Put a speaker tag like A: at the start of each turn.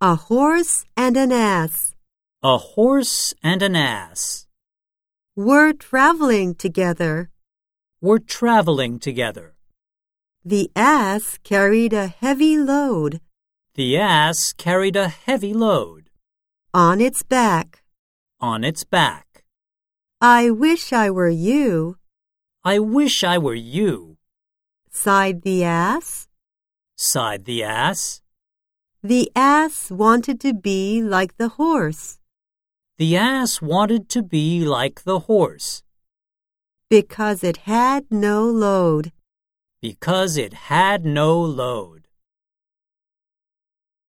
A: A horse and an ass
B: a horse and an ass
A: were traveling together.
B: were traveling together.
A: The ass carried a heavy load
B: The ass carried a heavy load
A: on its back.
B: on its back.
A: I wish I were you,
B: I wish I were you,
A: sighed the ass.
B: sighed the ass.
A: The ass wanted to be like the horse
B: The ass wanted to be like the horse
A: because it had no load.
B: because it had no load.